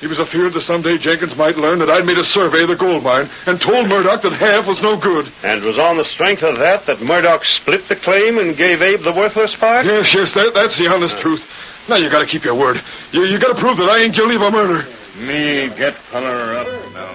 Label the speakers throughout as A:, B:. A: He was afeard that someday Jenkins might learn that I'd made a survey of the gold mine and told Murdoch that half was no good.
B: And it was on the strength of that that Murdoch split the claim and gave Abe the worthless part?
A: Yes, yes, that, that's the honest truth. Now you gotta keep your word. You, you gotta prove that I ain't guilty of a murder.
B: Me get feller up now.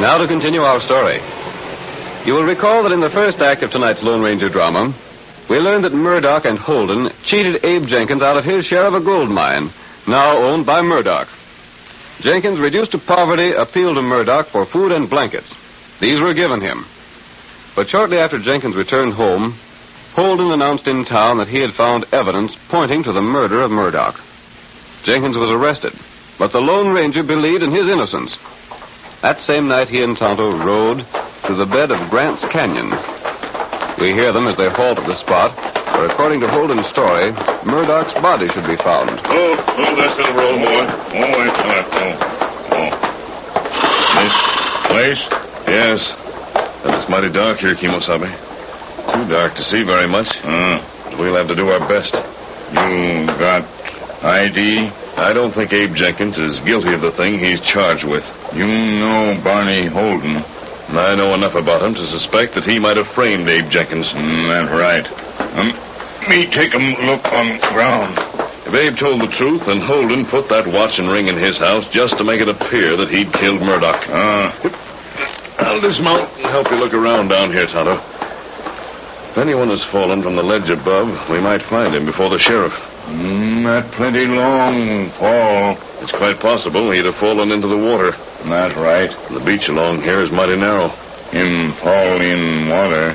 C: Now to continue our story. You will recall that in the first act of tonight's Lone Ranger drama, we learned that Murdoch and Holden cheated Abe Jenkins out of his share of a gold mine, now owned by Murdoch. Jenkins, reduced to poverty, appealed to Murdoch for food and blankets. These were given him. But shortly after Jenkins returned home, Holden announced in town that he had found evidence pointing to the murder of Murdoch. Jenkins was arrested, but the Lone Ranger believed in his innocence. That same night, he and Tonto rode to the bed of Grant's Canyon. We hear them as they halt at the spot where, according to Holden's story, Murdoch's body should be found.
B: Move, move that silver old boy. Oh, wait till I oh, oh. This place? Yes. And it's mighty dark here, Kimosabe. Too dark to see very much. But We'll have to do our best. Hmm. You got ID? I don't think Abe Jenkins is guilty of the thing he's charged with. You know Barney Holden. And I know enough about him to suspect that he might have framed Abe Jenkins. that's right. me take a look on ground. If Abe told the truth, then Holden put that watch and ring in his house just to make it appear that he'd killed Murdoch. Ah. I'll dismount and help you look around down here, Tonto. If anyone has fallen from the ledge above, we might find him before the sheriff. not plenty Mm, long fall. It's quite possible he'd have fallen into the water. That's right. The beach along here is mighty narrow. Him fall in water,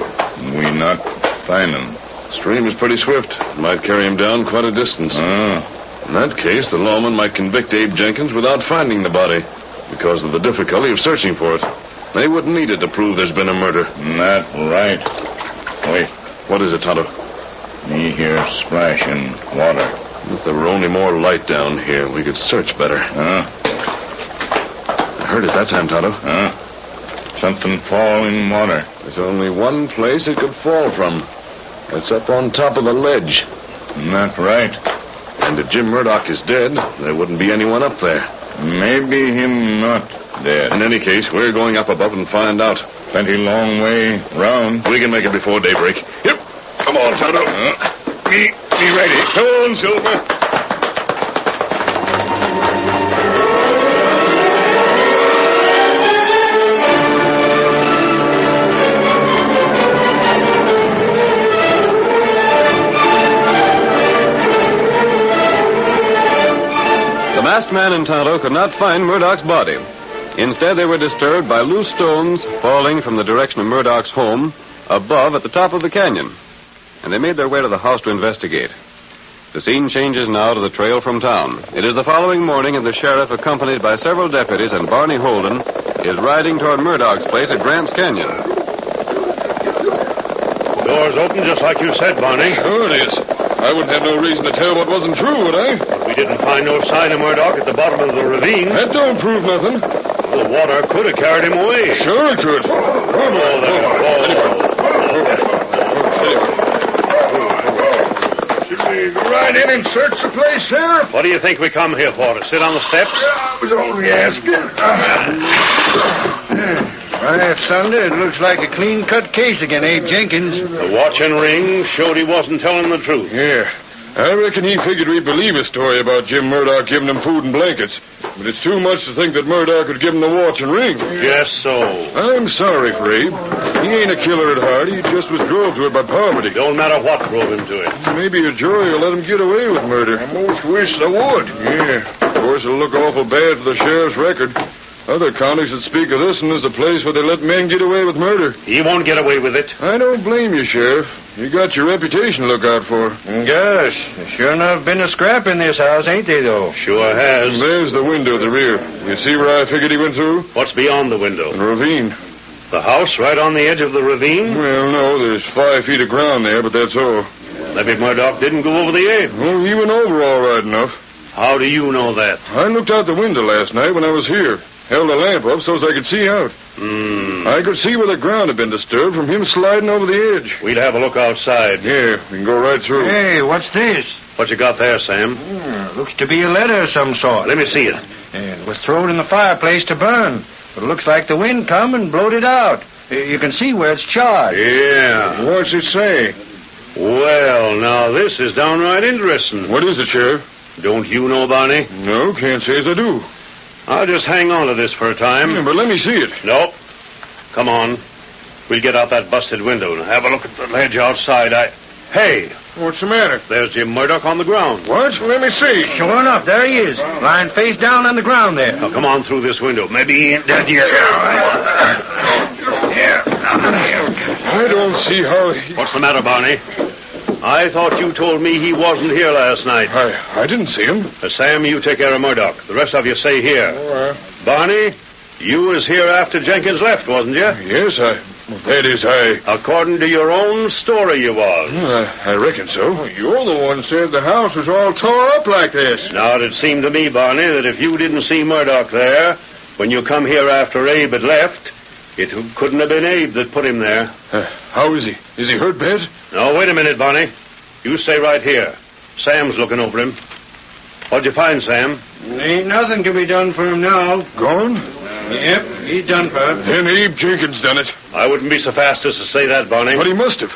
B: we not find him. Stream is pretty swift. Might carry him down quite a distance. In that case, the lawman might convict Abe Jenkins without finding the body because of the difficulty of searching for it. They wouldn't need it to prove there's been a murder. That right. Wait. What is it, Tonto? Me hear splashing water. If there were only more light down here, we could search better. Ah. I heard it that time, Tonto. Something fall in water. There's only one place it could fall from. It's up on top of the ledge. Not right. And if Jim Murdoch is dead, there wouldn't be anyone up there. Maybe him not dead. In any case, we're going up above and find out. Plenty long way round. We can make it before daybreak. Yep. Come on, Tonto. me, me ready. Come on, Silver.
C: The masked man and Tonto could not find Murdoch's body. Instead, they were disturbed by loose stones falling from the direction of Murdoch's home above at the top of the canyon, and they made their way to the house to investigate. The scene changes now to the trail from town. It is the following morning, and the sheriff, accompanied by several deputies and Barney Holden, is riding toward Murdoch's place at Grant's Canyon.
B: Door's open just like you said, Barney.
D: Sure it is. I wouldn't have no reason to tell what wasn't true, would I?
B: We didn't find no sign of Murdoch at the bottom of the ravine.
D: That don't prove nothing.
B: The water could have carried him away.
D: Sure it could.
B: Hold on there.
D: Should we go right in and search the place here?
B: What do you think we come here for? To sit on the steps?
D: I was only asking.
E: Right, Sunder, it looks like a clean cut case again, Abe Jenkins.
B: The watch and ring showed he wasn't telling the truth.
D: Yeah. I reckon he figured we'd believe his story about Jim Murdoch giving him food and blankets. But it's too much to think that Murdoch would give him the watch and ring.
B: Just so.
D: I'm sorry for Abe. He ain't a killer at heart. He just was drove to it by poverty.
B: Don't matter what drove him to it.
D: Maybe a jury will let him get away with murder. I most wish they would. Yeah. Of course, it'll look awful bad for the sheriff's record. Other counties that speak of this one as a place where they let men get away with murder.
B: He won't get away with it.
D: I don't blame you, Sheriff. You got your reputation to look out for.
E: Mm, Gosh, there sure enough been a scrap in this house, ain't they, though?
B: Sure has.
D: There's the window at the rear. You see where I figured he went through?
B: What's beyond the window?
D: The ravine.
B: The house right on the edge of the ravine?
D: Well, no, there's five feet of ground there, but that's all.
B: Maybe Murdoch didn't go over the edge.
D: Well, he went over all right enough.
B: How do you know that?
D: I looked out the window last night when I was here. Held a lamp up so's I could see out.
B: Hmm.
D: I could see where the ground had been disturbed from him sliding over the edge.
B: We'd have a look outside.
D: Yeah, we can go right through.
E: Hey, what's this?
B: What you got there, Sam?
E: Hmm, looks to be a letter of some sort.
B: Let me see it.
E: It was thrown in the fireplace to burn. But it looks like the wind come and blowed it out. Uh, You can see where it's charred.
B: Yeah.
D: What's it say?
B: Well, now this is downright interesting.
D: What is it, Sheriff?
B: Don't you know, Barney?
D: No, can't say as I do.
B: I'll just hang on to this for a
D: Yeah,
B: time.
D: but let me see it.
B: Nope. Come on. We'll get out that busted window and have a look at the ledge outside. I. Hey,
D: What's the matter?
B: there's Jim Murdoch on the ground.
D: What? Let me see. Oh.
E: Sure enough, there he is, lying face down on the ground there.
B: Now come on through this window. Maybe he ain't dead yet.
D: I don't see how he...
B: What's the matter, Barney? I thought you told me he wasn't here last night.
D: I, I didn't see him.
B: Uh, Sam, you take care of Murdoch. The rest of you stay here.
D: Oh, uh,
B: Barney, you was here after Jenkins left, wasn't you?
D: yes, I... well, that is, I...
B: According to your own story, you was.
D: well, I, I reckon so. you're the one said the house was all tore up like this.
B: Now, it seemed to me, Barney, that if you didn't see Murdoch there, when you come here after Abe had left, it couldn't have been Abe that put him there.
D: Uh, how is he? Is he hurt bad?
B: Now, wait a minute, Barney. You stay right here. Sam's looking over him. What'd you find, Sam?
E: Ain't nothing can be done for him now.
D: Gone?
E: Yep, he's done for.
D: Then Abe Jenkins done it.
B: I wouldn't be so fast as to say that, Barney.
D: But he must have.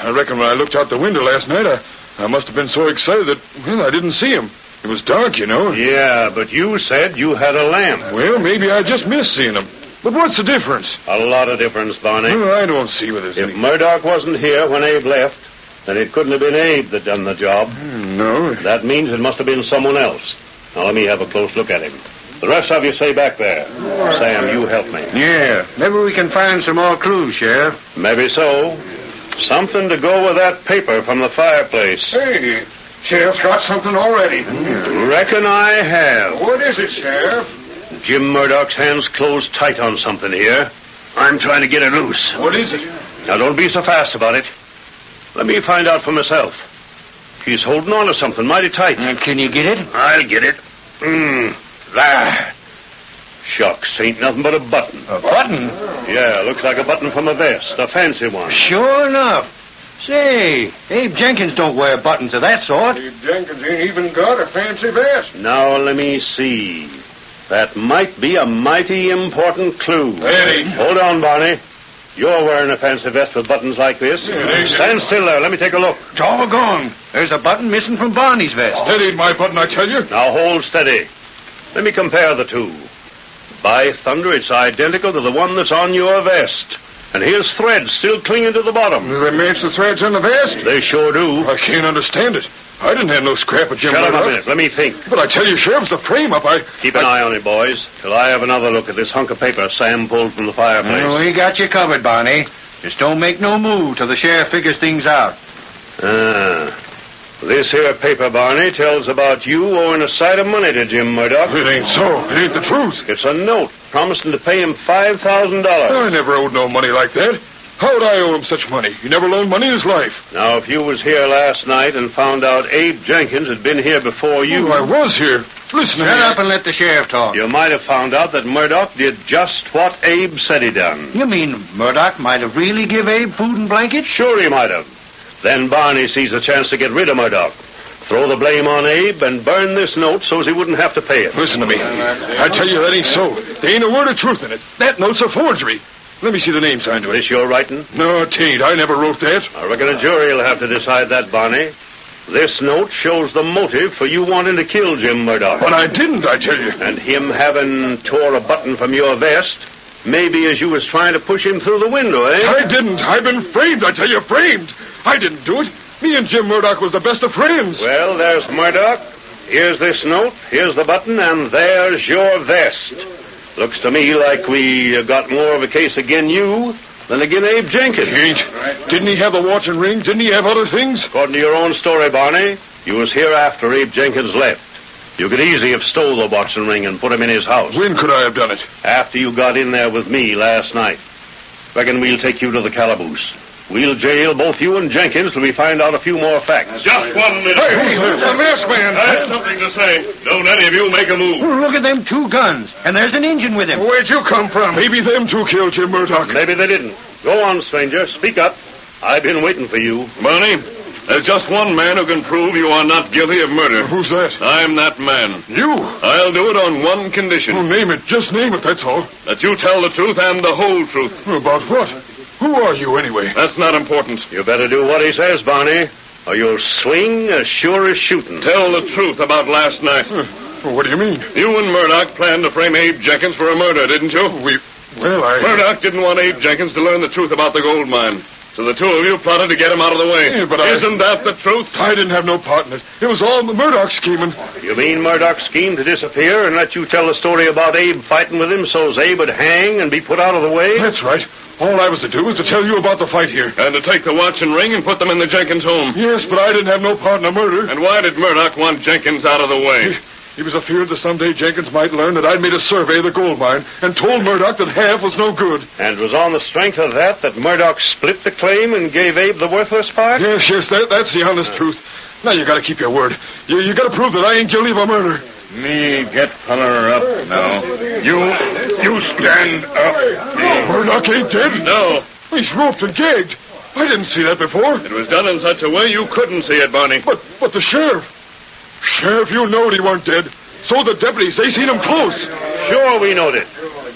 D: I reckon when I looked out the window last night, I, I must have been so excited that, well, I didn't see him. It was dark, you know.
B: Yeah, but you said you had a lamp.
D: Well, maybe I just missed seeing him. But what's the difference?
B: A lot of difference, Barney.
D: Well, I don't see what there's
B: If
D: any...
B: Murdoch wasn't here when Abe left, then it couldn't have been Abe that done the job.
D: Hmm, No.
B: That means it must have been someone else. Now let me have a close look at him. The rest of you stay back there. Sam, you help me.
E: Yeah, maybe we can find some more clues, Sheriff.
B: Maybe so. Something to go with that paper from the fireplace.
D: Hey, Sheriff's got something already.
E: Hmm.
B: Reckon I have.
D: What is it, Sheriff?
B: Jim Murdoch's hands closed tight on something here. I'm trying to get it loose.
D: What is it?
B: Now don't be so fast about it. Let me find out for myself. He's holding on to something mighty tight.
E: Uh, Can you get it?
B: I'll get it. Mm. There. Shucks, ain't nothing but a button.
E: A button?
B: Yeah, looks like a button from a vest, a fancy one.
E: Sure enough. Say, Abe Jenkins don't wear buttons of that sort.
D: Jenkins ain't even got a fancy vest.
B: Now let me see. That might be a mighty important clue.
D: Eddie.
B: Hold on, Barney. You're wearing a fancy vest with buttons like this.
D: it is.
B: Stand still there. Let me take a look.
E: Doggone. There's a button missing from Barney's vest.
D: That ain't my button, I tell you.
B: Now hold steady. Let me compare the two. By thunder, it's identical to the one that's on your vest. And here's threads still clinging to the bottom.
D: Do they match the threads in the vest?
B: They sure do.
D: I can't understand it. I didn't have no scrap at Jim
B: Shut up a
D: Murdock.
B: minute. Let me think.
D: But I tell you, Sheriff, the frame-up, I...
B: Keep an
D: I-
B: eye on it, boys, till I have another look at this hunk of paper Sam pulled from the fireplace.
E: Well, we got you covered, Barney. Just don't make no move till the sheriff figures things out.
B: Ah. This here paper, Barney, tells about you owing a sight of money to Jim Murdoch.
D: It ain't so. It ain't the truth.
B: It's a note promising to pay him
D: I
B: $5,000.
D: never owed no money like that. How would I owe him such money? He never loaned money in his life.
B: Now, if you was here last night and found out Abe Jenkins had been here before you,
D: Oh, I was here. Listen
E: Shut
D: here.
E: up and let the sheriff talk.
B: you might have found out that Murdoch did just what Abe said he done.
E: You mean Murdoch might have really give Abe food and blankets?
B: Sure he might have. Then Barney sees a chance to get rid of Murdoch. Throw the blame on Abe and burn this note so's he wouldn't have to pay it.
D: Listen to me. I tell you, that ain't so. There ain't a word of truth in it. That note's a forgery. Let me see the name signed to it.
B: This your writing?
D: No, it ain't. I never wrote that.
B: I reckon a jury will have to decide that, Barney. This note shows the motive for you wanting to kill Jim Murdoch.
D: But I didn't, I tell you.
B: And him having tore a button from your vest, maybe as you was trying to push him through the window, eh?
D: I didn't. I've been framed, I tell you, framed. I didn't do it. Me and Jim Murdoch was the best of friends.
B: Well, there's Murdoch. Here's this note. Here's the button, and there's your vest. Looks to me like we uh, got more of a case again you than again Abe Jenkins.
D: He ain't. Didn't he have the watch and ring? Didn't he have other things?
B: According to your own story, Barney, you was here after Abe Jenkins left. You could easily have stole the Watson ring and put him in his house.
D: When could I have done it?
B: after you got in there with me last night. Reckon we'll take you to the calaboose. We'll jail both you and Jenkins till we find out a few more facts.
F: Just one minute.
D: Hey, who's the masked man?
F: I have something to say. Don't any of you make a move.
E: Oh, look at them two guns, and there's an engine with him.
D: Where'd you come from? Maybe them two killed Jim Murdoch.
B: Maybe they didn't. Go on, stranger. Speak up. I've been waiting for you.
G: Barney, there's just one man who can prove you are not guilty of murder.
D: Who's that?
G: I'm that man.
D: Uh, You.
G: I'll do it on one condition.
D: Oh, name it. Just name it, that's all.
G: That you tell the truth and the whole truth.
D: About what? Who are you, anyway?
G: That's not important.
B: You better do what he says, Barney, or you'll swing as sure as shooting.
G: Tell the truth about last night.
D: Huh. What do you mean?
G: You and Murdoch planned to frame Abe Jenkins for a murder, didn't you? We.
D: Well, I.
G: Murdoch didn't want Abe Jenkins to learn the truth about the gold mine. So the two of you plotted to get him out of the way.
D: Yeah, but I-
G: Isn't that the truth?
D: I didn't have no part in it. It was all Murdoch scheming.
B: You mean Murdoch schemed to disappear and let you tell the story about Abe fighting with him so's Abe would hang and be put out of the way?
D: That's right. All I was to do was to tell you about the fight here.
G: And to take the watch and ring and put them in the Jenkins home.
D: Yes, but I didn't have no part in the murder.
G: And why did Murdoch want Jenkins out of the way?
D: He was afeard that someday Jenkins might learn that I'd made a survey of the gold mine and told Murdoch that half was no good.
B: And it was on the strength of that that Murdoch split the claim and gave Abe the worthless part?
D: Yes, yes, that, that's the honest truth. Now you gotta keep your word. You, you gotta prove that I ain't guilty of a murder.
G: Me get feller up now. You, you stand up.
D: Murdoch ain't dead.
G: No,
D: He's roped and gagged. I didn't see that before.
G: it was done in such a way you couldn't see it, Barney.
D: But but the sheriff. Sheriff, you knowed he weren't dead. So the deputies, they seen him close.
B: Sure, we knowed it.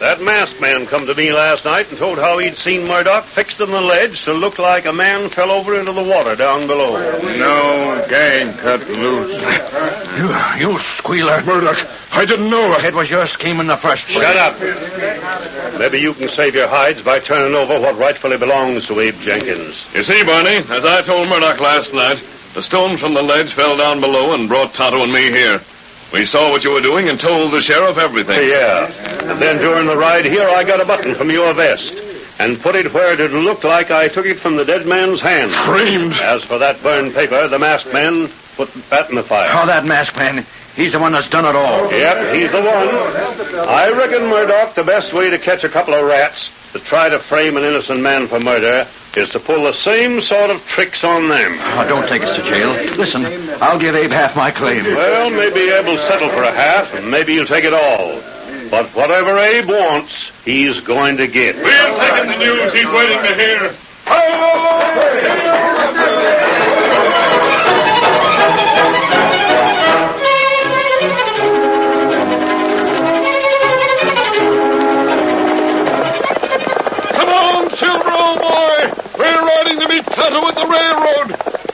B: That masked man come to me last night and told how he'd seen Murdoch fixed on the ledge to look like a man fell over into the water down below.
G: No gang cut loose.
E: You, you squealer.
D: Murdoch, I didn't know. I
E: It was your scheme in the first place.
B: Shut up. Maybe you can save your hides by turning over what rightfully belongs to Abe Jenkins.
G: You see, Barney, as I told Murdoch last night, the stones from the ledge fell down below and brought Tonto and me here. We saw what you were doing and told the sheriff everything.
B: Yeah. And then during the ride here, I got a button from your vest and put it where it looked like I took it from the dead man's hand.
D: screamed.
B: As for that burned paper, the masked man put that in the fire.
E: Oh, that masked man. He's the one that's done it all.
B: Yep, he's the one. I reckon, Murdoch, the best way to catch a couple of rats to try to frame an innocent man for murder is to pull the same sort of tricks on them.
E: Oh, don't take us to jail. Listen, I'll give Abe half my claim.
B: Well, maybe Abe will settle for a half, and maybe he'll take it all. But whatever Abe wants, he's going to get.
F: We'll take him the news he's waiting to hear.
D: Come on, Silver, old boy. We're riding to meet Tonto at the railroad.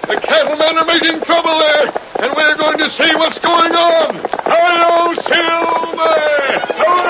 D: The cattlemen are making trouble there, and we're going to see what's going on. Hello, Silver.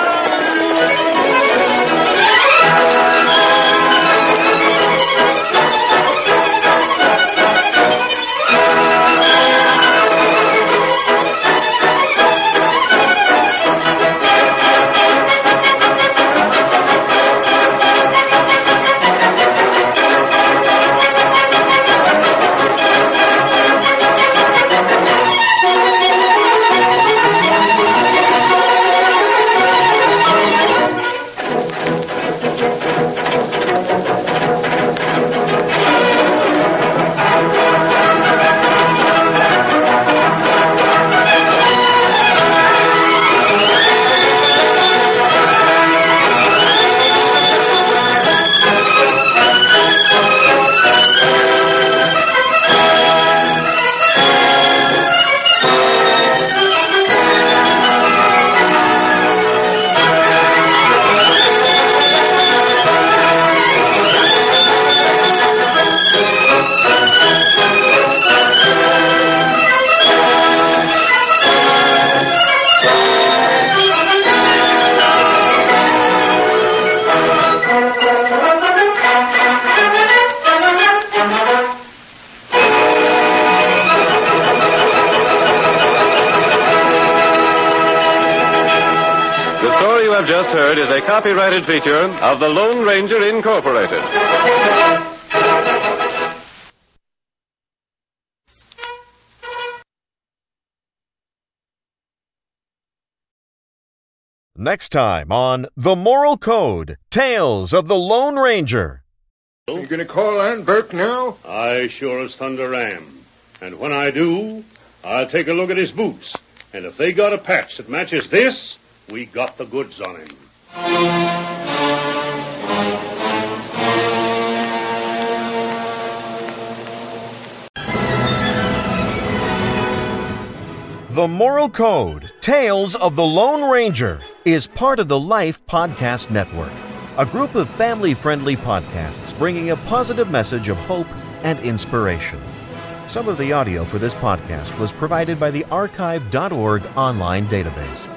C: you have just heard is a copyrighted feature of the Lone Ranger Incorporated.
H: Next time on The Moral Code Tales of the Lone Ranger.
D: You gonna call Aunt Burke now?
B: I sure as thunder am. And when I do, I'll take a look at his boots. And if they got a patch that matches this, we got the goods on him.
H: The Moral Code Tales of the Lone Ranger is part of the Life Podcast Network, a group of family friendly podcasts bringing a positive message of hope and inspiration. Some of the audio for this podcast was provided by the archive.org online database.